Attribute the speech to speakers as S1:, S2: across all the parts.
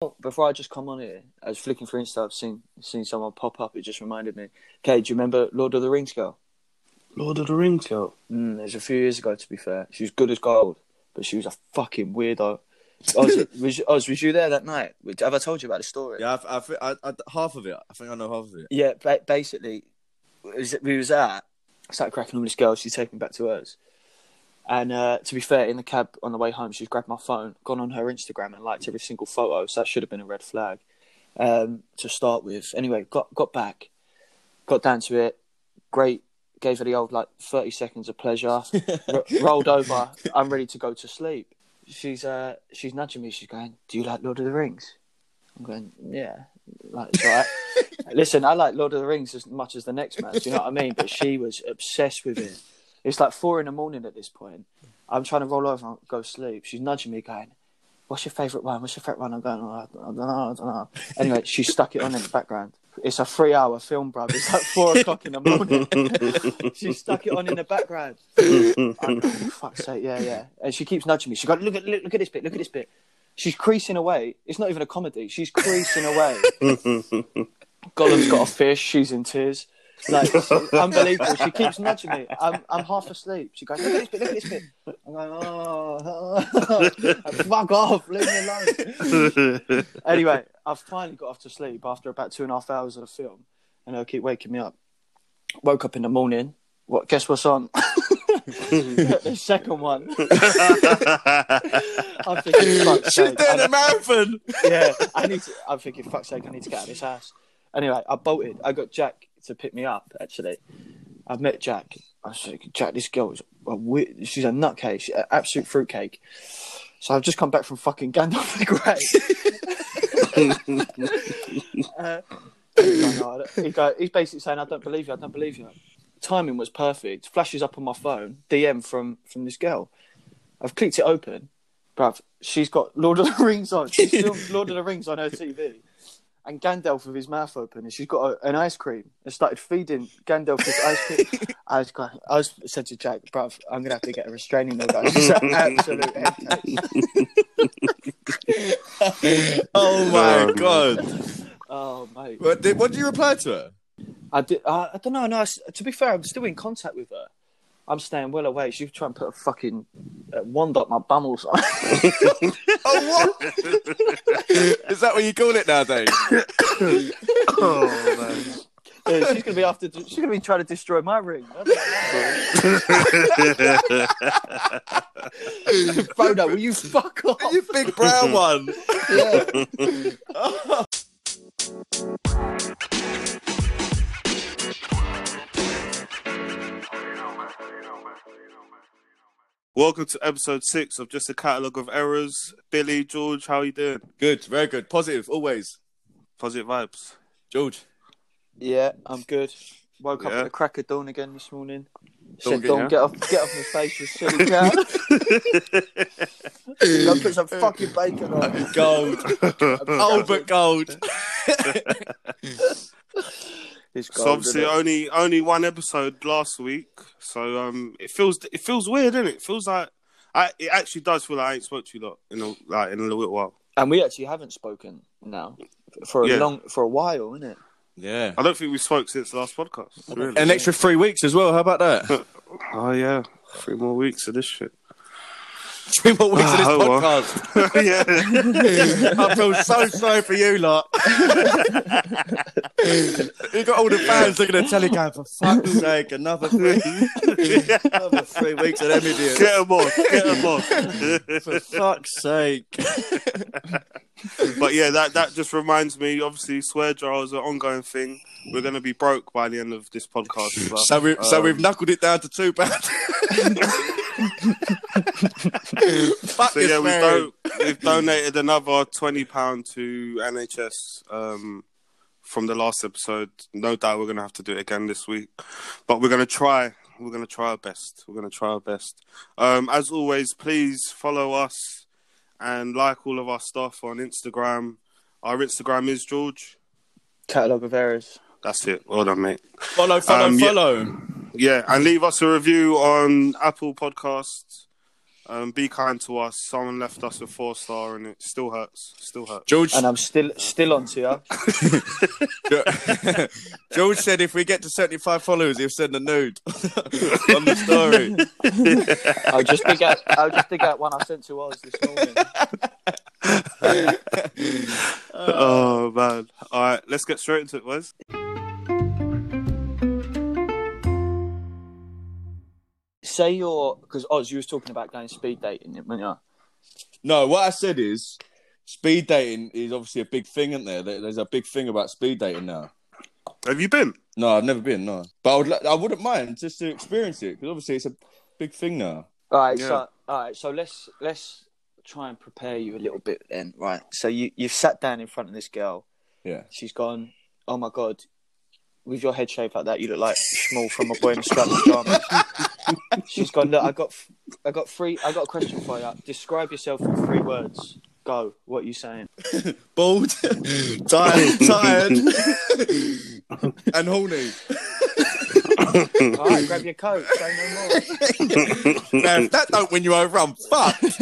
S1: Oh, before I just come on here, I was flicking through Insta. I've seen seen someone pop up. It just reminded me. Okay, do you remember Lord of the Rings girl?
S2: Lord of the Rings girl.
S1: Mm, it was a few years ago. To be fair, she was good as gold, but she was a fucking weirdo. Oz, was, Oz, was you there that night? Have I told you about the story?
S3: Yeah, I, I, thi- I, I, half of it. I think I know half of it.
S1: Yeah, ba- basically, was- we was at, I started cracking on this girl, she's taking me back to hers. And uh, to be fair, in the cab on the way home, she's grabbed my phone, gone on her Instagram and liked every single photo, so that should have been a red flag um, to start with. Anyway, got, got back, got down to it, great, gave her the old like 30 seconds of pleasure, ro- rolled over, I'm ready to go to sleep. She's uh, she's nudging me, she's going, Do you like Lord of the Rings? I'm going, Yeah, like, it's all right. Listen, I like Lord of the Rings as much as the next man. Do you know what I mean? But she was obsessed with it. It's like four in the morning at this point. I'm trying to roll over and go sleep. She's nudging me, going, "What's your favourite one? What's your favourite one?" I'm going, oh, "I don't know, I don't know." Anyway, she stuck it on in the background. It's a three-hour film, bruv. It's like four o'clock in the morning. she stuck it on in the background. I'm, "Oh, fuck's sake, yeah, yeah. And she keeps nudging me. She goes, "Look at look, look at this bit. Look at this bit." She's creasing away. It's not even a comedy. She's creasing away. Gollum's got a fish. She's in tears. Like unbelievable. She keeps nudging me. I'm I'm half asleep. She goes, look at this bit, look at this bit. I'm going, oh, fuck off, leave me alone. anyway, I finally got off to sleep after about two and a half hours of the film, and they'll keep waking me up. Woke up in the morning. What? Guess what's on? the second one. I'm thinking, fuck's
S3: She's doing
S1: sake. I'm-
S3: a marathon.
S1: yeah, I need to. I'm thinking, fuck's sake, I need to get out of this house. Anyway, I bolted. I got Jack to pick me up. Actually, I've met Jack. I said, Jack, this girl is a weird, she's a nutcase, she's an absolute fruitcake. So I've just come back from fucking Gandalf the Grey. uh, he's going, "Oh, I don't-" he go, he's basically saying, I don't believe you, I don't believe you. Timing was perfect. Flashes up on my phone, DM from from this girl. I've clicked it open, bruv. She's got Lord of the Rings on. She's still Lord of the Rings on her TV, and Gandalf with his mouth open, and she's got a, an ice cream and started feeding Gandalf this ice cream. I was, going, I was said to Jack, bruv, I'm gonna have to get a restraining order. She's an absolute head.
S3: Oh my god.
S1: Oh mate,
S3: What did, what did you reply to her?
S1: I did. I, I don't know. No, I s to be fair, I'm still in contact with her. I'm staying well away. She was trying to put a fucking uh, wand up my bum or something.
S3: Oh what? Is that what you call it nowadays?
S2: Oh man.
S1: Yeah, she's gonna be after. She's gonna be trying to destroy my ring. Frodo, will you fuck off?
S3: you big brown one.
S4: Welcome to episode six of Just a Catalogue of Errors. Billy, George, how you doing?
S3: Good, very good, positive always.
S4: Positive vibes.
S3: George,
S1: Yeah, I'm good. Woke up
S4: Yeah.
S1: at the crack of dawn again this morning.
S3: Dawn
S1: Said,
S3: again,
S1: "Dawn,
S4: yeah?
S1: get off, get off my face, you silly cow." Go put some fucking bacon on.
S3: gold, oh but gold.
S1: It's
S4: So
S1: gold,
S4: obviously
S1: innit?
S4: only only one episode last week, so um it feels it feels weird, is it? It feels like I it actually does feel like I ain't spoke to you lot in a, like in a little while.
S1: and we actually haven't spoken now for a
S4: Yeah.
S1: long, for a while, isn't it?
S3: Yeah,
S4: I don't think we spoke since last podcast. Really?
S3: an extra three weeks as well. How about that?
S4: oh yeah, three more weeks of this shit.
S3: three more weeks of this
S4: Oh, well.
S3: podcast.
S4: yeah,
S3: I feel so sorry for you lot. you got all the fans looking at telly going for fuck's sake, another three, another three weeks of them idiots.
S4: get them on, get them on.
S3: For fuck's sake.
S4: but yeah, that that just reminds me. Obviously, swear jar is an ongoing thing. We're gonna be broke by the end of this podcast. But,
S3: So we so
S4: um,
S3: we've knuckled it down to two pounds. Fuck
S4: so
S3: this
S4: yeah,
S3: man.
S4: we've, do- we've donated another twenty pound to NHS um, from the last episode. No doubt we're gonna have to do it again this week, but we're gonna try. We're gonna try our best. We're gonna try our best. Um, as always, please follow us and like all of our stuff on Instagram. Our Instagram is George.
S1: Catalogue of errors.
S4: That's it. Well done, mate.
S3: Follow, follow,
S4: Um, yeah.
S3: follow.
S4: Yeah, and leave us a review on Apple Podcasts, Um, be kind to us. Someone left us a four star, and it still hurts. Still hurts.
S3: George
S1: And I'm still still on to you.
S3: George said if we get to 75 followers, he'll send a nude on the story.
S1: I'll just dig out. I'll just dig out one I sent to Oz this morning.
S4: Oh man! All right, let's get straight into it, Wes.
S1: Say you're because Oz, you was talking about going speed dating, weren't you?
S3: No, what I said is speed dating is obviously a big thing, isn't there? There- There's a big thing about speed dating now.
S4: Have you been?
S3: No, I've never been. No, but I would. li- I wouldn't mind just to experience it because obviously it's a big thing now.
S1: All right,
S4: Yeah.
S1: so all right, so let's let's try and prepare you a little bit then. Right, so you you've sat down in front of this girl.
S3: Yeah.
S1: She's gone. Oh my god, with your head shape like that, you look like Schmall from a boy in a strap pajamas. She's gone. Look, I got f- I got three. I got a question for you. Describe yourself in three words. Go. What are you saying?
S3: Bald, tired, tired, and horny.
S1: All right, grab your coat. Say no more.
S3: Now, if that don't win you over, I'm fucked.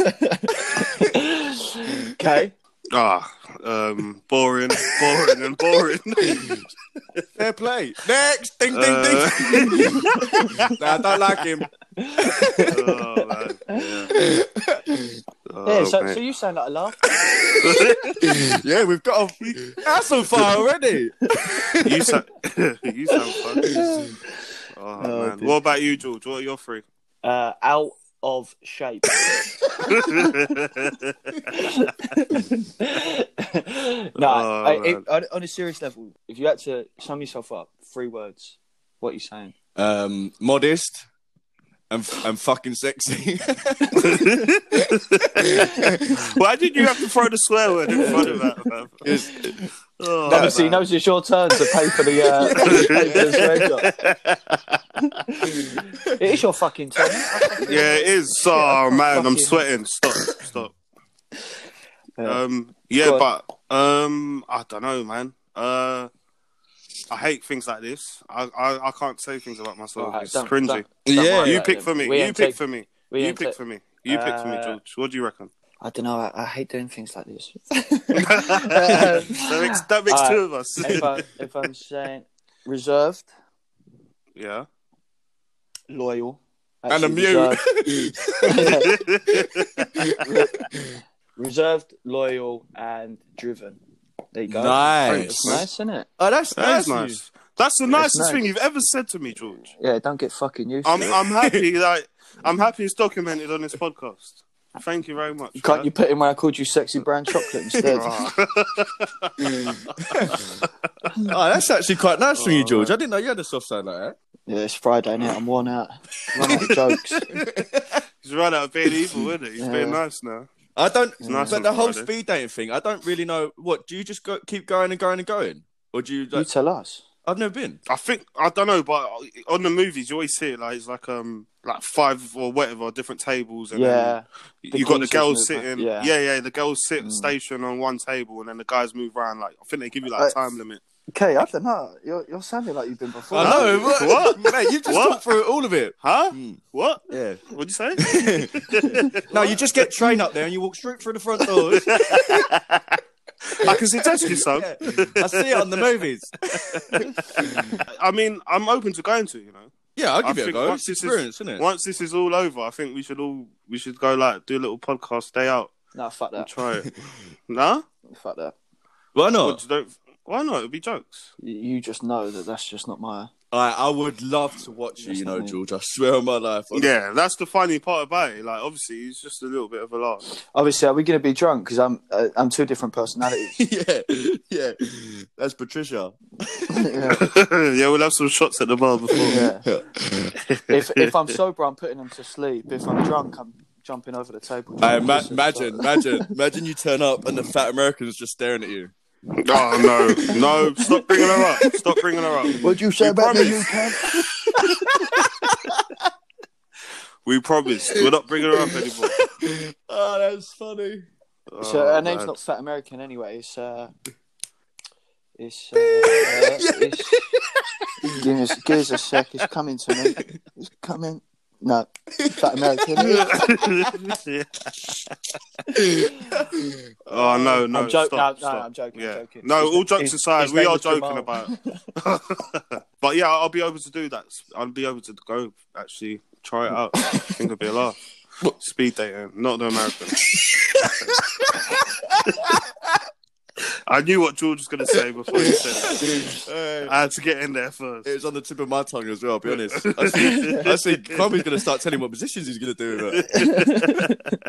S1: Okay.
S4: Ah, um, boring, boring, and boring.
S3: Fair play. Next, ding, ding,
S4: Uh,
S3: ding. Nah, I don't like him.
S4: oh, man. Yeah.
S1: yeah.
S4: Oh,
S1: So,
S4: mate.
S1: so you sound like a laugh.
S3: Yeah, we've got. A... That's on fire already.
S4: you sound, you sound fun. Oh,
S1: Oh,
S4: man.
S1: dear.
S4: What about you, George? What are your three?
S1: Uh, out of shape. no,
S4: Oh,
S1: I, I,
S4: man.
S1: on, on a serious level, if you had to sum yourself up, three words, what are you saying?
S3: Um, modest. And, and fucking sexy.
S4: Why did you have to throw the swear word in front of that? man? Oh,
S1: Obviously, he
S4: man.
S1: knows it's your turn to pay for the, uh, pay for the swear job. it is your fucking turn.
S4: Yeah, it is. Oh man, I'm
S1: Fucking-
S4: sweating. Stop, stop.
S1: Yeah.
S4: Um, yeah,
S1: Go
S4: but um, I don't know, man. Uh, I hate things like this. I I, I can't say things about myself.
S1: Alright,
S4: it's
S1: don't-
S4: cringy.
S1: don't-
S3: Yeah,
S1: worry
S4: you
S1: about
S4: pick
S1: it.
S4: for me.
S1: We
S4: You
S1: ain't
S4: pick
S1: take-
S4: for me.
S1: we
S4: You
S1: ain't
S4: pick
S1: take-
S4: for me. You pick for me,
S1: Uh,
S4: George. What do you reckon?
S1: I don't know. I, I hate doing things like this. um,
S4: that makes that makes
S1: Uh,
S4: two of us.
S1: if, I, if I'm saying reserved,
S4: yeah.
S1: loyal,
S3: and a
S1: actually
S3: mute.
S1: reserved- reserved, loyal, and driven. There you go.
S3: nice.
S1: Nice, isn't it?
S3: Oh, that's
S4: That is
S3: nice. news.
S4: nice. That's the nicest
S1: nice.
S4: thing you've ever said to me, George.
S1: Yeah, don't get fucking used
S4: I'm
S1: to it.
S4: I'm happy that I'm happy it's documented on this podcast. Thank you very much. for
S1: Can't
S4: that.
S1: you put in when I called you sexy brown chocolate instead?
S4: Ah.
S3: Oh, that's actually quite nice
S4: Oh,
S3: from you, George. I didn't know you had a soft side like that.
S1: yeah, it's Friday now. I'm worn out. Run out of jokes.
S4: He's right out of being evil, isn't he? He's
S1: Yeah.
S4: being nice now.
S3: I don't.
S4: Mm. nice
S3: but
S4: on
S3: the whole
S4: Friday.
S3: speed dating thing, I don't really know. What do you just go, keep going and going and going, or do you?
S1: You
S3: Like,
S1: tell us.
S3: I've never been.
S4: I think I don't know, but on the movies you always see it like it's like um like five or whatever different tables and
S1: Yeah.
S4: then
S1: the
S4: you got the
S1: king's
S4: girls
S1: movement,
S4: sitting
S1: yeah.
S4: yeah. yeah the girls sit
S1: Mm.
S4: station on one table and then the guys move around like I think they give you
S1: Uh,
S4: like a time limit.
S1: Okay, I don't know. You're, you're sounding like you've been before.
S3: I know.
S4: What?
S3: What? Mate, you just
S4: What?
S3: talked through all of it.
S4: Huh?
S1: hmm.
S3: Mm.
S4: What?
S3: Yeah.
S4: What'd you say?
S3: no, you just get train up there and you walk straight through the front door.
S4: I can suggest you some.
S3: Yeah. I see it on the movies.
S4: I mean, I'm open to going to, you know.
S3: Yeah, I'll
S4: I
S3: give it a
S4: think
S3: go.
S4: once
S3: It's
S4: this is-
S3: experience, isn't it?
S4: Once this is all over, I think we should all we should go like do a little podcast day out
S1: No, fuck
S4: and
S1: that.
S4: try it. nah?
S1: Fuck that.
S3: Why
S4: What,
S3: not?
S4: you don't, why not? It'll be jokes.
S1: You- You just know that that's just not my.
S3: I, I would love to watch you.
S1: That's
S3: You
S1: not
S3: know,
S1: me.
S3: George. I swear on my life.
S4: Yeah, that's the funny part about it. Like, obviously, it's just a little bit of a laugh.
S1: Obviously, are we going to be drunk? Because I'm uh, I'm two different personalities.
S3: yeah, yeah. That's Patricia.
S1: yeah.
S4: yeah, we'll have some shots at the bar before.
S1: Yeah. if if I'm sober, I'm putting them to sleep. If I'm drunk, I'm jumping over the table.
S3: I ma- imagine, imagine, imagine you turn up and the fat American's just staring at you.
S4: oh no, no! Stop bringing her up. Stop bringing her up.
S1: What'd you say
S4: We
S1: about me, you
S4: promise.
S1: cunt?
S4: We promised we're not bringing her up anymore.
S3: Oh, that's funny.
S1: So
S4: Oh,
S1: her name's
S4: man.
S1: not Fat American anyway. It's uh, it's uh, uh, it's. Give us, give us a sec. It's coming to me. It's coming. No, fat American.
S4: oh no, no,
S1: Um, I'm joking. No,
S4: stop,
S1: no,
S4: stop.
S1: I'm joking. I'm
S4: Yeah.
S1: joking.
S4: No,
S1: His-
S4: all jokes
S1: his-
S4: aside,
S1: his
S4: we
S1: name
S4: are
S1: was
S4: joking
S1: Jamal.
S4: about it. but yeah, I'll be able to do that. I'll be able to go actually try it out. I think it'll be a laugh. Speed dating, not the American. I knew what George was going to say before he said it.
S3: Hey,
S4: I had to get in there first.
S3: it was on the tip of my tongue as well. I'll be honest. I think, I think Cromie's gonna start telling what positions he's gonna do. With it.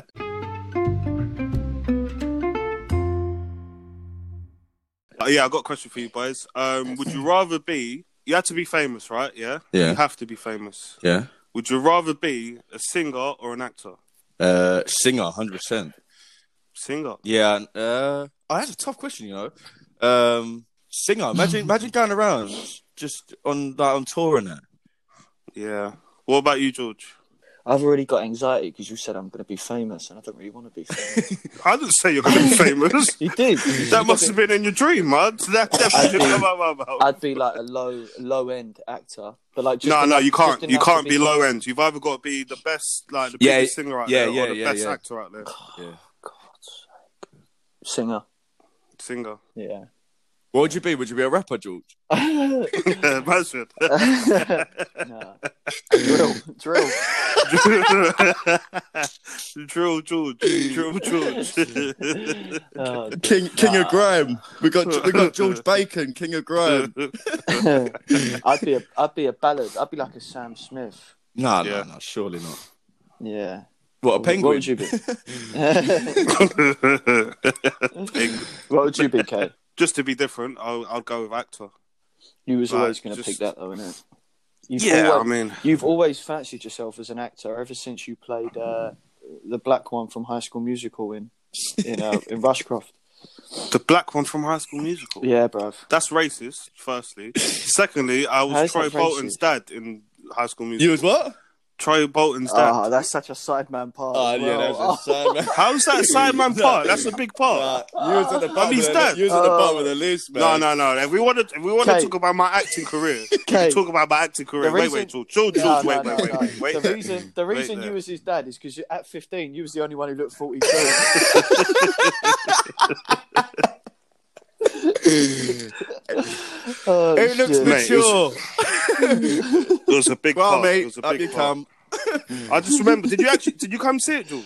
S4: Uh, yeah, I got a question for you boys. Um, would you rather be? You had to be famous, right? Yeah.
S3: Yeah.
S4: You have to be famous.
S3: Yeah.
S4: Would you rather be a singer or an actor?
S3: Uh, singer, hundred percent.
S4: Singer.
S3: Yeah. Uh, I had a tough question, you know. Um, singer. Imagine, imagine going around just on like on tour and that.
S4: Yeah. What about you, George?
S1: I've already got anxiety because you said I'm going to be famous, and I don't really want to be famous.
S4: I didn't say you're going to be famous.
S1: you did.
S4: That must have been in your dream, man. That
S1: I
S4: definitely didn't
S1: do.
S4: come out of my mouth.
S1: I'd be like a low, low end actor, but like just
S4: no, no,
S1: enough-
S4: you
S1: just
S4: can't. You
S1: enough to
S4: can't
S1: be
S4: be low end. You've either got to be the best, like the
S3: Yeah,
S4: biggest singer out
S3: yeah,
S4: there,
S3: yeah,
S4: or the
S3: yeah,
S4: best
S3: yeah.
S4: actor out there.
S1: singer.
S4: Singer.
S1: Yeah.
S3: What would you be? Would you be a rapper, George?
S4: Imagine.
S1: Nah. Drill, drill.
S4: Drill George. Drill George.
S1: Oh,
S3: King, King of
S1: Nah.
S3: Grime. We got we got George Bacon, King of Grime.
S1: I'd be a, I'd be a ballad. I'd be like a Sam Smith.
S3: No, no,
S4: Yeah.
S3: no, surely not.
S1: Yeah.
S3: What a penguin?
S1: What would you be? what would you be, Kate?
S4: Just to be different, I'll, I'll go with actor.
S1: You was
S4: Like,
S1: always going to pick
S4: just-
S1: that, though, innit? You've
S4: Yeah, I
S1: always,
S4: mean,
S1: you've always fancied yourself as an actor ever since you played uh, the black one from High School Musical in in, uh, in Rushcroft.
S4: the black one from High School Musical.
S1: Yeah, bruv.
S4: That's racist, firstly. Secondly, I
S1: How
S4: was
S1: is
S4: Troy
S1: that
S4: Bolton's dad in High School
S3: You
S4: Musical.
S3: was what?
S4: Troy Bolton's dad.
S1: Ah, that's such a sideman part.
S3: Oh,
S1: as
S3: yeah, that
S1: well. Ah,
S3: was a sad man.
S4: How's that Sideman part? That's a big
S3: Nah,
S4: part.
S3: you was at the bottom.
S4: he's
S3: of the-
S4: dead.
S3: You was at the
S1: Oh.
S3: bottom
S4: Uh,
S3: of the list, man.
S4: No, no, no. If we want to, if we want to
S1: Kate.
S4: talk about my acting career, we can
S1: Kate.
S4: talk about my acting career.
S1: The
S4: Wait,
S1: reason-
S4: wait, George, George, George,
S1: No,
S4: wait,
S1: no,
S4: wait,
S1: no, no.
S4: wait, wait.
S1: The reason, the
S4: Wait
S1: reason
S4: there.
S1: you was his dad is because at 15 you was the only one who looked 42. oh,
S3: It looks
S1: shit.
S4: Mate, it
S3: mature.
S4: It was a big
S3: Well,
S4: part. it
S3: mate,
S4: was a
S3: up
S4: big
S3: you
S4: part.
S3: come.
S4: I just remember. Did you actually? Did you come see it, George?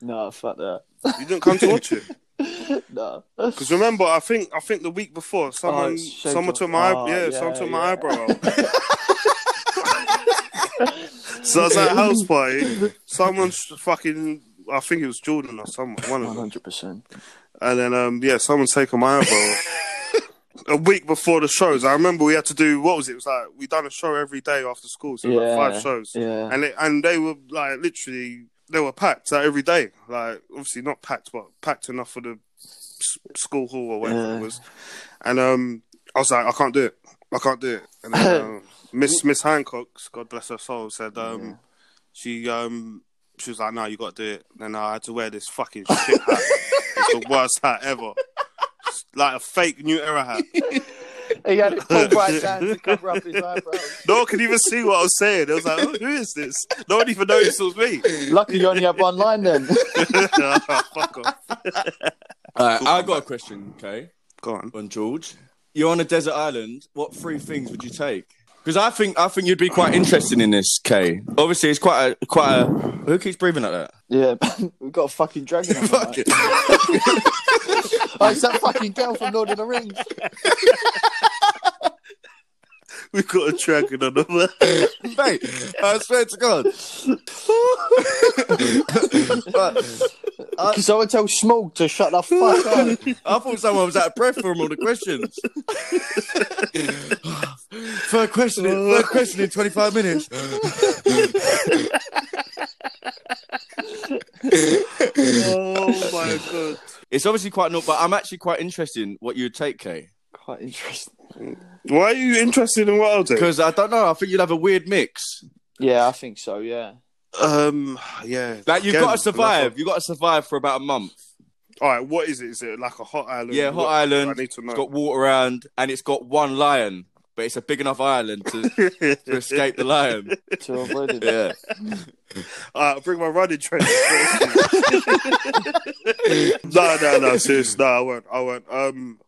S1: No, fuck that.
S4: You didn't come to watch it.
S1: No.
S4: Because remember, I think I think the week before someone
S1: Oh, it's shaved
S4: someone
S1: off.
S4: took my
S1: Oh,
S4: eye- yeah,
S1: yeah,
S4: someone took
S1: yeah.
S4: my eyebrow out. so I was at a house party. Someone's fucking. I think it was Jordan or someone, one of them.
S1: 100%.
S4: And then um, yeah, someone's taken my eyebrow. off. a week before the shows, I remember we had to do what was it? It was like we done a show every day after school, so like
S1: Yeah.
S4: five shows,
S1: Yeah.
S4: and it, and they were like literally they were packed like, every day. Like obviously not packed, but packed enough for the s- school hall or whatever
S1: Yeah.
S4: it was. And um, I was like, I can't do it. I can't do it. And then, um, Miss Miss Hancock, God bless her soul, said um,
S1: Yeah.
S4: she um she was like, no, you got to do it. And I had to wear this fucking shit hat. it's the worst hat ever. It's like a fake new era hat.
S1: He had it pulled right down to cover up his eyebrows.
S4: No one could even see what I was saying. I was like, who who is this? No one even noticed it was me. Oh,
S1: Lucky you only have one line then.
S4: Fuck off.
S3: Alright, I got a question, okay,
S4: Go on.
S3: on George. You're on a desert island. What three things would you take? Because I think I think you'd be quite interested in this, Kay. Obviously, it's quite a quite a. Who keeps breathing like that?
S1: yeah, we've got a fucking dragon. on
S3: Fuck
S1: it.
S3: it.
S1: Oh, it's that fucking girl from Lord of the Rings.
S4: We've got a dragon on the
S3: mate. I swear to God. But
S4: Uh,
S1: Because I would tell Smog to shut the fuck up.
S3: I thought someone was out of breath from all the questions. third question. in- Third question in twenty-five minutes.
S4: Oh my god.
S3: It's obviously quite not, but I'm actually quite interested in what you would take, Kay.
S1: Quite interesting.
S4: Why are you interested in what I'll do?
S3: Because I don't know. I think you'll have a weird mix.
S1: Yeah, I think so. Yeah.
S4: Um, yeah.
S3: Like you've
S4: Again,
S3: got to survive.
S4: another-
S3: You've got to survive for about a month.
S4: All right, what is it? Is it like a hot island?
S3: Yeah, hot
S4: What-
S3: island.
S4: I need to know.
S3: It's got water around, and it's got one lion. but it's a big enough island to, to escape the lion.
S1: to avoid it.
S3: Yeah.
S4: Alright, I'll bring my running train. no, no, no, serious. No, I won't. I won't. Um,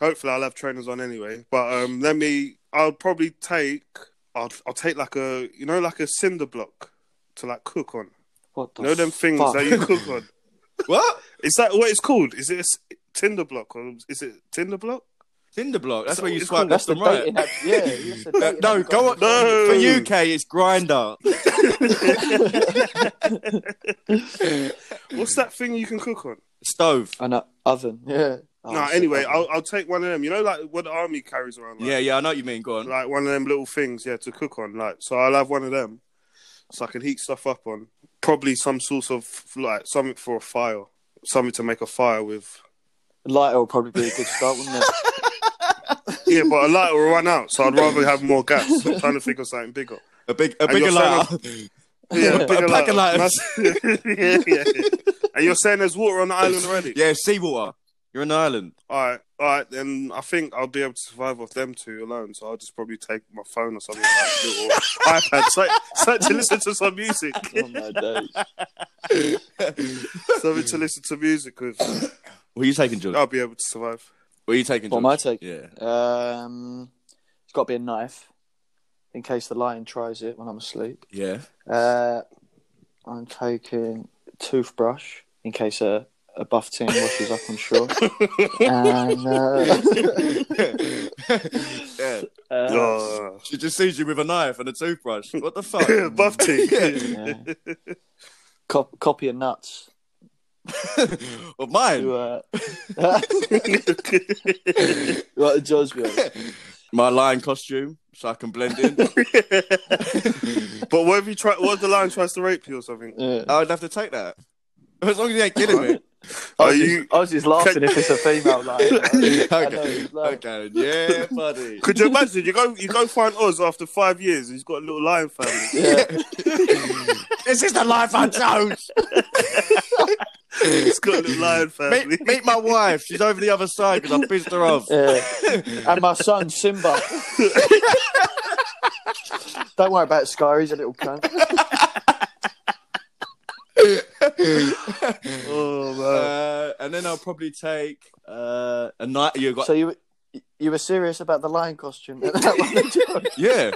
S4: hopefully, I'll have trainers on anyway. But um, let me. I'll probably take. I'll, I'll take like a you know like a cinder block to like cook on.
S1: What the
S4: You know them things
S1: fuck?
S4: that you cook on.
S3: What?
S4: Is that what it's called? Is it a s- tinder block or is it tinder block?
S3: Tinder block. That's
S4: So
S3: where you
S4: it's
S3: swipe
S4: called-
S1: That's
S3: left
S1: the
S3: and right.
S1: dating app. Yeah, that's the
S3: No,
S1: dating
S3: no,
S1: app.
S3: go on.
S4: No.
S3: For UK, it's grinder.
S4: What's that thing you can cook on?
S3: Stove.
S4: Oh.
S1: And an oven. Yeah. Oh,
S4: no,
S1: it's a
S4: anyway,
S1: oven.
S4: I'll, I'll take one of them. You know, like what the army carries around. Like,
S3: Yeah, yeah, I know what you mean. Go on.
S4: like one of them little things, yeah, to cook on. Like, so I'll have one of them, so I can heat stuff up on. Probably some sort of like something for a fire, something to make a fire with.
S1: lighter will probably be a good start, wouldn't it?
S4: Yeah, but a light will run out, so I'd rather have more gas. I'm trying to think of something bigger.
S3: A big, a
S4: And
S3: bigger
S4: you're
S3: lighter.
S4: Yeah,
S3: A pack of lighters.
S4: Nice- yeah, yeah, yeah. And you're saying there's water on the island already?
S3: yeah, seawater. You're an island.
S4: All right, all right. Then I think I'll be able to survive off them two alone. So I'll just probably take my phone or something, like little iPad, so, so to listen to some music,
S1: Oh my days.
S4: something to listen to music with.
S3: What are you taking, George?
S4: I'll be able to survive.
S3: What are you taking,
S1: What
S3: George?
S1: am I taking?
S3: Yeah.
S1: Um, it's got to be a knife in case the lion tries it when I'm asleep.
S3: Yeah.
S1: Uh, I'm taking toothbrush in case a, a buff team washes up on shore. and, uh,
S3: yeah.
S1: uh,
S4: Oh.
S3: She just sees you with a knife and a toothbrush. What the fuck?
S4: Buff tea.
S1: yeah. Cop- copy of nuts.
S3: Well, mine.
S1: To, uh... what a George Will.
S3: My lion costume, so I can blend in.
S4: but what if you try? What if the lion tries to rape you or something?
S1: Yeah.
S3: I would have to take that. As long as you ain't kidding me.
S1: I,
S4: Are
S1: was
S4: you?
S1: just, I was just laughing if it's a female lion.
S3: okay.
S1: it's like-
S3: okay. Yeah, buddy.
S4: Could you imagine? You go, you go find Oz after five years. and He's got a little lion family.
S1: Yeah.
S3: This is the life I chose.
S4: He's got a little lion family.
S3: Meet, meet my wife. She's over the other side because I pissed her off.
S1: Yeah. and my son Simba. Don't worry about Scar, he's a little cunt.
S4: Oh man.
S3: Uh, and then I'll probably take uh, a night. You got
S1: So you you were serious about the lion costume? That one?
S3: yeah.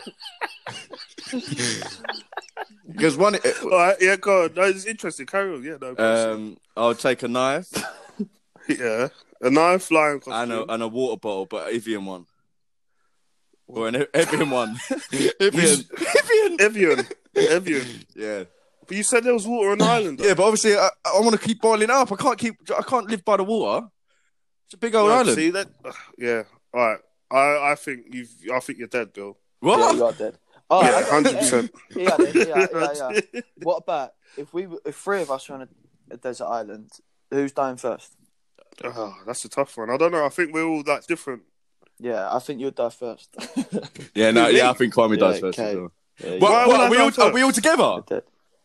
S3: Because one,
S4: All right, yeah, go on. No, it's interesting. Carry on. Yeah, no. problem.
S3: um, I'll take a knife
S4: yeah, a knife, lion costume.
S3: and a, and a water bottle, but an Evian one. Or an E- Evian one. Evian. Evian.
S4: Evian, Evian.
S3: Yeah.
S4: But you said there was water on the island. though.
S3: Yeah, but obviously I, I want to keep boiling up. I can't keep. I can't live by the water. It's a big old
S4: Right,
S3: island.
S4: See that? ugh, Yeah. All right. I, I think you've. I think you're dead, Bill.
S1: yeah,
S3: What?
S1: you are dead. Oh,
S4: Yeah, hundred percent.
S1: yeah, yeah, yeah, yeah, yeah. What about if we were- if three of us were on a, a desert island? Who's dying first?
S4: Oh, that's a tough one. I don't know. I think we're all that different.
S1: Yeah, I think you'd die first.
S3: Yeah, no, yeah. I think Kwame
S1: Yeah,
S3: dies first.
S1: okay.
S3: as well.
S1: yeah,
S3: What,
S4: Why
S3: what,
S4: would I
S3: are, we
S4: go
S3: all, are
S4: first?
S3: we all together?
S1: you're dead.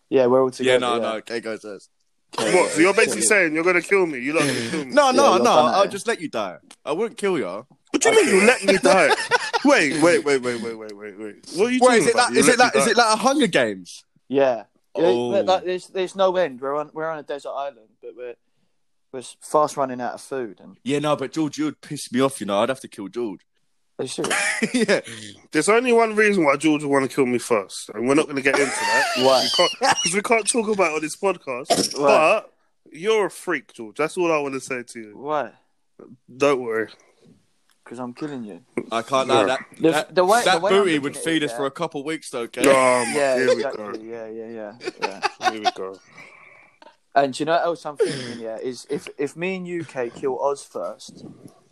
S1: yeah, we're all together.
S3: Yeah, no, no.
S1: yeah.
S3: Okay, go first.
S1: Okay,
S4: What? So you're basically
S1: yeah.
S4: saying you're gonna kill me? You lot gonna kill me?
S3: No, no,
S1: you're
S3: no.
S1: done,
S3: I'll
S1: eh?
S3: just let you die. I wouldn't kill you.
S4: What do you mean you let me die? Wait, wait, wait, wait, wait, wait, wait, wait. What are you
S3: Wait,
S4: talking
S3: is it
S4: about?
S3: like
S4: You
S3: is it
S4: let me
S3: like is
S4: die.
S3: it like a Hunger Games?
S1: Yeah.
S3: Oh.
S1: It- like, there's, there's no end. We're on we're on a desert island, but we're we're fast running out of food. And
S3: Yeah, no, but George, you would piss me off. You know, I'd have to kill George.
S1: are you serious?
S3: yeah,
S4: There's only one reason why George would want to kill me first, and we're not gonna get into that
S1: Why?
S4: because we can't talk about it on this podcast.
S1: Right.
S4: But you're a freak, George. That's all I want to say to you.
S1: Why?
S4: Don't worry.
S1: Because I'm killing you.
S3: I can't lie.
S4: Yeah.
S3: That
S1: The-
S3: that,
S1: the way-
S3: that
S1: the way I'm
S3: booty
S1: looking
S3: would
S1: at
S3: feed
S1: it,
S3: us
S1: yeah.
S3: for a couple weeks, though. Okay.
S4: Um,
S1: Yeah,
S4: here we go.
S1: exactly. Yeah, yeah, yeah, yeah.
S4: Here we go.
S1: And do you know what else I'm thinking? Yeah, is if if me and UK kill Oz first,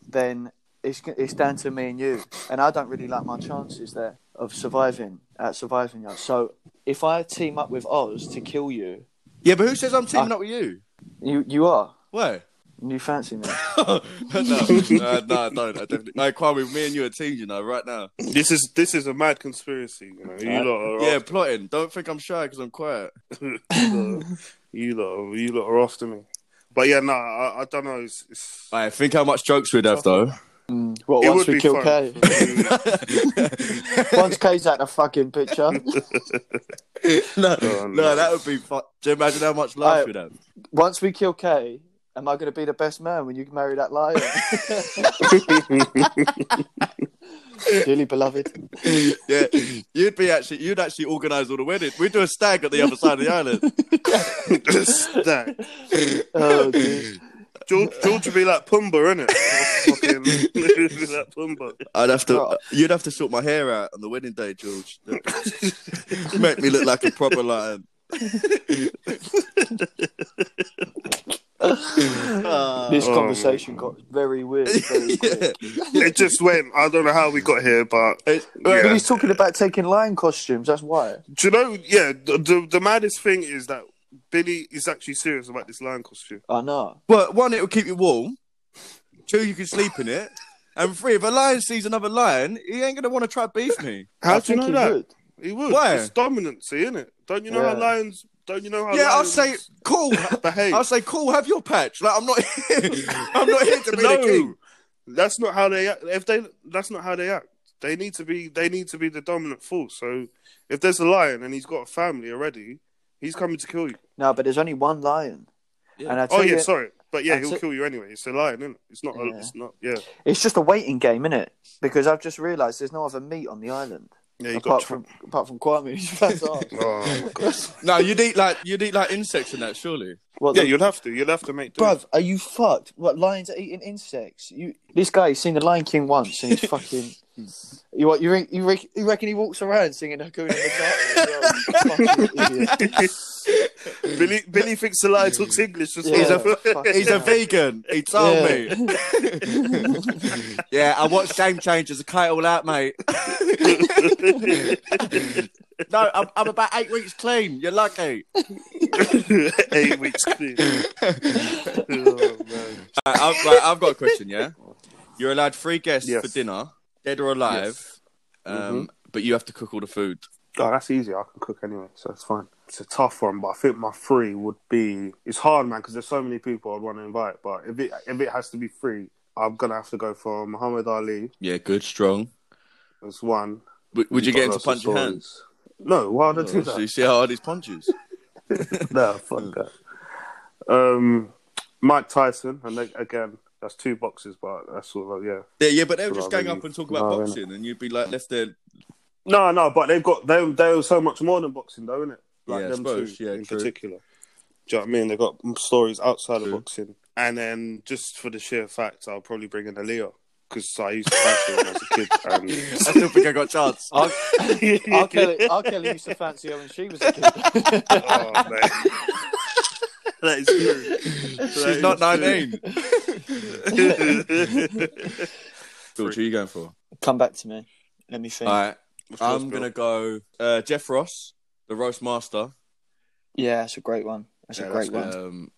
S1: then it's it's down to me and you. And I don't really like my chances there of surviving at surviving. yeah. So if I team up with Oz to kill you,
S3: Yeah, but who says I'm teaming up with you?
S1: you you are.
S3: Where?
S1: You fancy me?
S3: no, no, no, I don't. I definitely. No, Kwame, me and you are a team. You know, right now.
S4: This is this is a mad conspiracy. You know, you lot are
S3: Yeah, plotting. Don't think I'm shy because I'm quiet.
S4: you lot, you lot are after me. But yeah, no, I, I don't know. It's, it's
S3: I think how much jokes we'd have though.
S1: Mm. What,
S4: It
S1: once
S4: would
S1: we
S4: be
S1: kill
S4: fun.
S1: Kay? Once Kay's out the fucking picture.
S3: no,
S4: Go on,
S3: no,
S4: man.
S3: that would be fun. Do you imagine how much life
S1: I-
S3: you'd have?
S1: Once we kill Kay, am I going to be the best man when you marry that lion? Dearly beloved.
S3: Yeah, you'd be actually, you'd actually organise all the weddings. We'd do a stag at the other side of the island.
S4: Stack.
S1: Oh, dear.
S4: George, George would be like Pumba, innit? Fucking, be like Pumba.
S3: I'd have to, uh,
S1: Right.
S3: you'd have to sort my hair out on the wedding day, George. Make me look like a proper lion. Ah.
S1: This
S4: Oh,
S1: conversation got very weird. Very
S3: yeah.
S1: quick.
S4: It just went. I don't know how we got here, but
S3: It's-
S1: But
S4: Yeah.
S1: he's talking about taking lion costumes. That's why.
S4: do you know? Yeah, the the, the maddest thing is that Billy is actually serious about this lion costume.
S1: I know.
S3: But one, it'll keep you warm. Two, you can sleep in it. And three, if a lion sees another lion, he ain't gonna want to try beef me.
S4: How
S1: I
S4: do
S1: think
S4: you know
S1: he
S4: that?
S1: would.
S4: He would.
S3: Why?
S4: It's dominancy, isn't it? Don't you know how
S1: Yeah.
S4: lions? Don't you know
S1: Oh,
S4: how?
S3: yeah, I'll
S4: lions
S3: say cool.
S4: behave.
S3: I'll say cool. Have your patch. Like I'm not. I'm not here to be the king.
S4: no, that's not how they act. If they, that's not how they act. They need to be. They need to be the dominant force. So if there's a lion and he's got a family already, he's coming to kill you.
S1: No, but there's only one lion.
S3: Yeah.
S1: And I tell
S4: Oh yeah,
S1: you,
S4: sorry, but yeah,
S1: I
S4: he'll
S1: took-
S4: kill you anyway. It's a lion, isn't it? It's not.
S1: Yeah.
S4: A, it's not. Yeah,
S1: it's just a waiting game, isn't it? Because I've just realised there's no other meat on the island
S4: yeah. You
S1: apart
S4: got. Tra-
S1: from apart from Kwame. who's fat ass.
S4: oh my god.
S3: No, you'd eat like you'd eat like insects in that. Surely.
S1: What
S4: Yeah,
S1: the-
S4: you'll have to. You'll have to make. do.
S1: Bruv, are you fucked? What lions are eating insects? You, this guy, he's seen the Lion King once, and he's fucking. You what? You, re- you, re- you reckon he walks around singing Hakuna Matata? Well, you fucking idiot.
S4: Billy Billy thinks the lion talks English as
S1: Yeah,
S4: well.
S1: fucking
S3: He's a
S1: hell.
S3: vegan. He told
S1: Yeah.
S3: me. yeah, I watched Game Changers. I cut it all out, mate. no, I'm, I'm about eight weeks clean. You're lucky.
S4: Eight weeks clean. oh, man.
S3: Right, I've, right, I've got a question, yeah? You're allowed three guests
S4: Yes.
S3: for dinner, dead or alive, um, but you have to cook all the food.
S4: Oh, that's easy. I can cook anyway, so it's fine. It's a tough one, but I think my three would be. It's hard, man, because there's so many people I'd want to invite. But if it if it has to be three, I'm gonna have to go for Muhammad Ali
S3: Yeah, good, strong.
S4: as one.
S3: W- would you
S4: He's
S3: get
S4: got
S3: him to punch
S4: lots of
S3: your
S4: stories.
S3: hands?
S4: No, why would I do
S3: Oh, so you
S4: that?
S3: see how hard his punches?
S4: no, fuck that. Um, Mike Tyson, and then, again, that's two boxes, but that's all. Yeah.
S3: yeah, yeah, but they would just
S4: Rather
S3: gang up
S4: you-
S3: and talk about
S4: no, innit?
S3: boxing, and you'd be like left there.
S4: No, no, but they've got they they were so much more than boxing, though, isn't it? Like
S3: Yeah, I
S4: them
S3: suppose.
S4: two
S3: Yeah,
S4: in
S3: true.
S4: particular. Do you know what I mean? They've got stories outside
S3: True.
S4: of boxing, and then just for the sheer fact, I'll probably bring in Aaliyah because I used to fancy her when I was a kid.
S3: I
S4: And...
S3: still think I got a chance.
S1: R. R. Kelly, R. Kelly used to fancy her when she was a kid.
S4: oh, man. that is true.
S3: She's not 19. George, who are you going for?
S1: Come back to me. Let me think.
S3: All right,
S4: Of course,
S3: I'm
S4: Bill.
S3: going to go uh, Jeff Ross, the roast master.
S1: Yeah, that's a great one. That's
S4: Yeah,
S1: a
S4: that's Oh.
S1: great one.
S3: Um,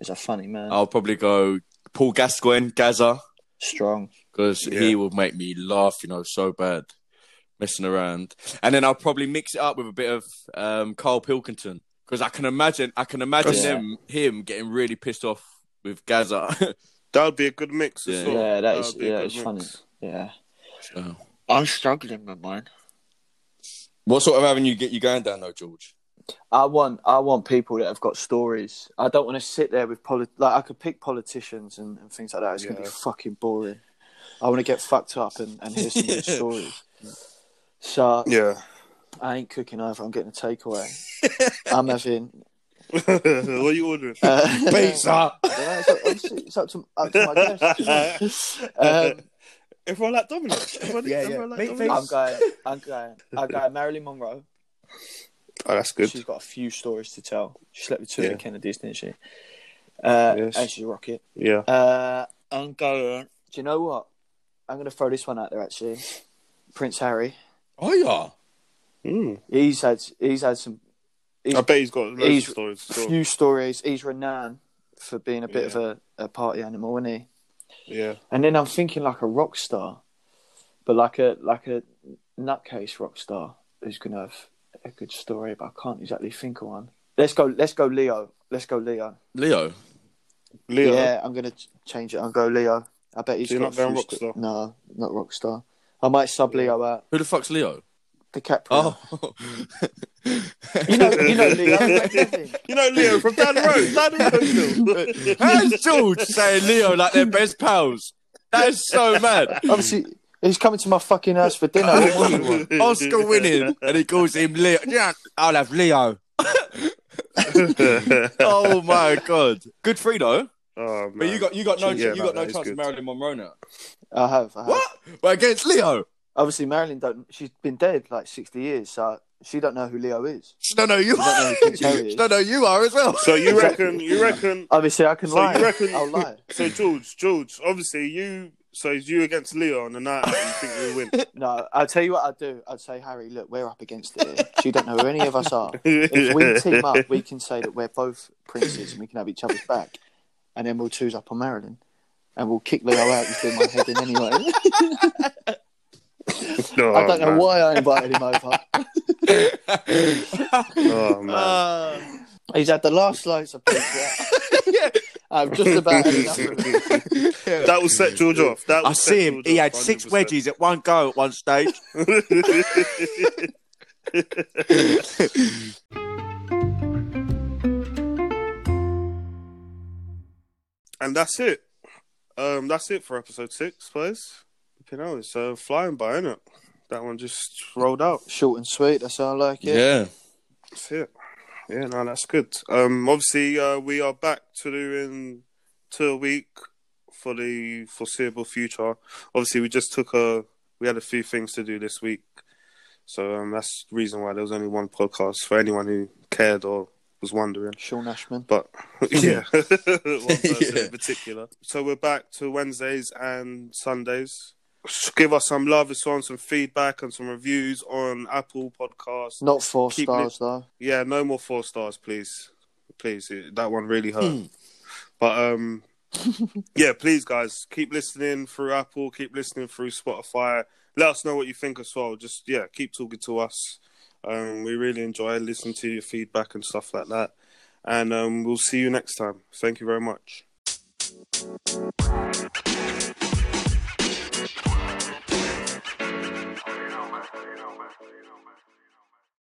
S1: It's a funny man.
S3: I'll probably go Paul Gascoigne, Gaza.
S1: Strong.
S3: because
S4: Yeah.
S3: he will make me laugh, you know, so bad messing around. And then I'll probably mix it up with a bit of um, Carl Pilkington because I can imagine, I can imagine
S1: Yeah.
S3: them, him getting really pissed off with Gaza.
S4: That would be a good mix.
S3: Yeah.
S4: as well.
S1: Yeah, that
S4: That'd
S1: is
S4: be a
S1: yeah,
S4: good
S1: it's funny.
S4: mix.
S1: Yeah.
S3: So,
S1: I'm struggling with mine.
S3: what sort of avenue get you going down though, George?
S1: I want I want people that have got stories. I don't want to sit there with polit like I could pick politicians and, and things like that. It's gonna be
S4: Yeah.
S1: fucking boring. I want to get fucked up and, and hear some good stories. So
S4: Yeah.
S1: I ain't cooking either. I'm getting a takeaway. I'm having
S4: what are you ordering?
S1: uh,
S3: Pizza.
S1: yeah, it's, up, it's- it's up to up to my guests. Um,
S4: Everyone like Dominic. Everyone,
S3: Yeah, yeah.
S4: everyone
S3: Meat
S4: Like
S1: I'm
S4: Dominic?
S1: going. I'm going. I'm going. Marilyn Monroe.
S4: Oh, that's good.
S1: She's got a few stories to tell. She slept with two of
S4: Yeah.
S1: the Kennedys, didn't she? Uh,
S4: Yes.
S1: And she's a rocket.
S4: Yeah.
S1: Uh, I'm going. Do you know what? I'm going to throw this one out there. Actually, Prince Harry.
S3: Oh yeah.
S4: Mm.
S1: He's had he's had some He's-
S4: I bet he's got loads
S1: he's
S4: of stories. as well.
S1: few stories. He's renowned for being a bit of a, a party animal, isn't he?
S4: Yeah.
S1: And then I'm thinking like a rock star, but like a like a nutcase rock star who's going to have a good story. But I can't exactly think of one. Let's go. Let's go, Leo. Let's go, Leo.
S3: Leo.
S4: Leo.
S1: Yeah, I'm going to change it. I'll go, Leo. I bet he's
S4: So you're
S1: got
S4: not going
S1: through
S4: Rockstar?
S1: st- No, not Rockstar. I might sub Leo out.
S3: Who the fuck's Leo?
S1: DiCaprio.
S3: Oh,
S1: You know, you know Leo. I've met Kevin.
S4: You know Leo from down the road. Down the road, Leo.
S3: how's George saying Leo like they're best pals? That's so mad.
S1: Obviously, he's coming to my fucking house for dinner. What more do you want?
S3: Oscar winning, and he calls him Leo. Yeah, I'll have Leo. Oh my god, good free though.
S4: oh, man.
S3: But you got you got no
S4: Yeah,
S3: you
S4: no,
S3: got
S4: no,
S3: no
S4: he's
S3: chance of
S4: good. Uh,
S3: Marilyn Monroe now.
S1: I have. I have.
S3: What? But against Leo?
S1: Obviously, Marilyn don't. She's been dead like sixty years, so she don't know who Leo is.
S3: She don't know you.
S1: don't know who Prince Harry is.
S3: She don't know you are as well.
S4: So you reckon? You reckon?
S1: Obviously, I can
S4: So
S1: lie.
S4: you reckon-
S1: I'll lie.
S4: So George, George, obviously you. So it's you against Leo on the night out. You think you win?
S1: No, I'll tell you what I'd do. I'd say, Harry, look, we're up against it. here. She don't know who any of us are. If we team up, we can say that we're both princes and we can have each other's back, and then we'll choose up on Marilyn, and we'll kick Leo out. He's been my head in anyway.
S4: No,
S1: I don't know
S4: Oh, man.
S1: why I invited him over.
S4: Oh man.
S3: Uh,
S1: He's had the last slice of pizza. I've just about had enough of it.
S4: that will set George off. That will
S3: I
S4: set
S3: see him.
S4: George
S3: He
S4: off,
S3: had six
S4: 100%.
S3: wedgies at one go at one stage.
S4: and that's it. Um, that's it for episode six, please. You know, it's uh, flying by, is it? That one just rolled out.
S1: Short and sweet. That's how I like it.
S4: That's it. Yeah, no, that's good. Um, obviously, uh, we are back to doing two a week for the foreseeable future. Obviously, we just took a we had a few things to do this week, so um, that's the reason why there was only one podcast for anyone who cared or was wondering.
S1: Sean Ashman.
S4: But yeah, one person
S3: Yeah.
S4: in particular. So we're back to Wednesdays and Sundays. Give us some love, and so on, some feedback, and some reviews on Apple Podcasts.
S1: Not four
S4: Keep
S1: stars though.
S4: Yeah, no more four stars, please. Please, it- that one really hurt. But um, yeah, please, guys, keep listening through Apple, keep listening through Spotify. Let us know what you think as well. Just yeah, keep talking to us. Um, we really enjoy listening to your feedback and stuff like that. And um, we'll see you next time. Thank you very much.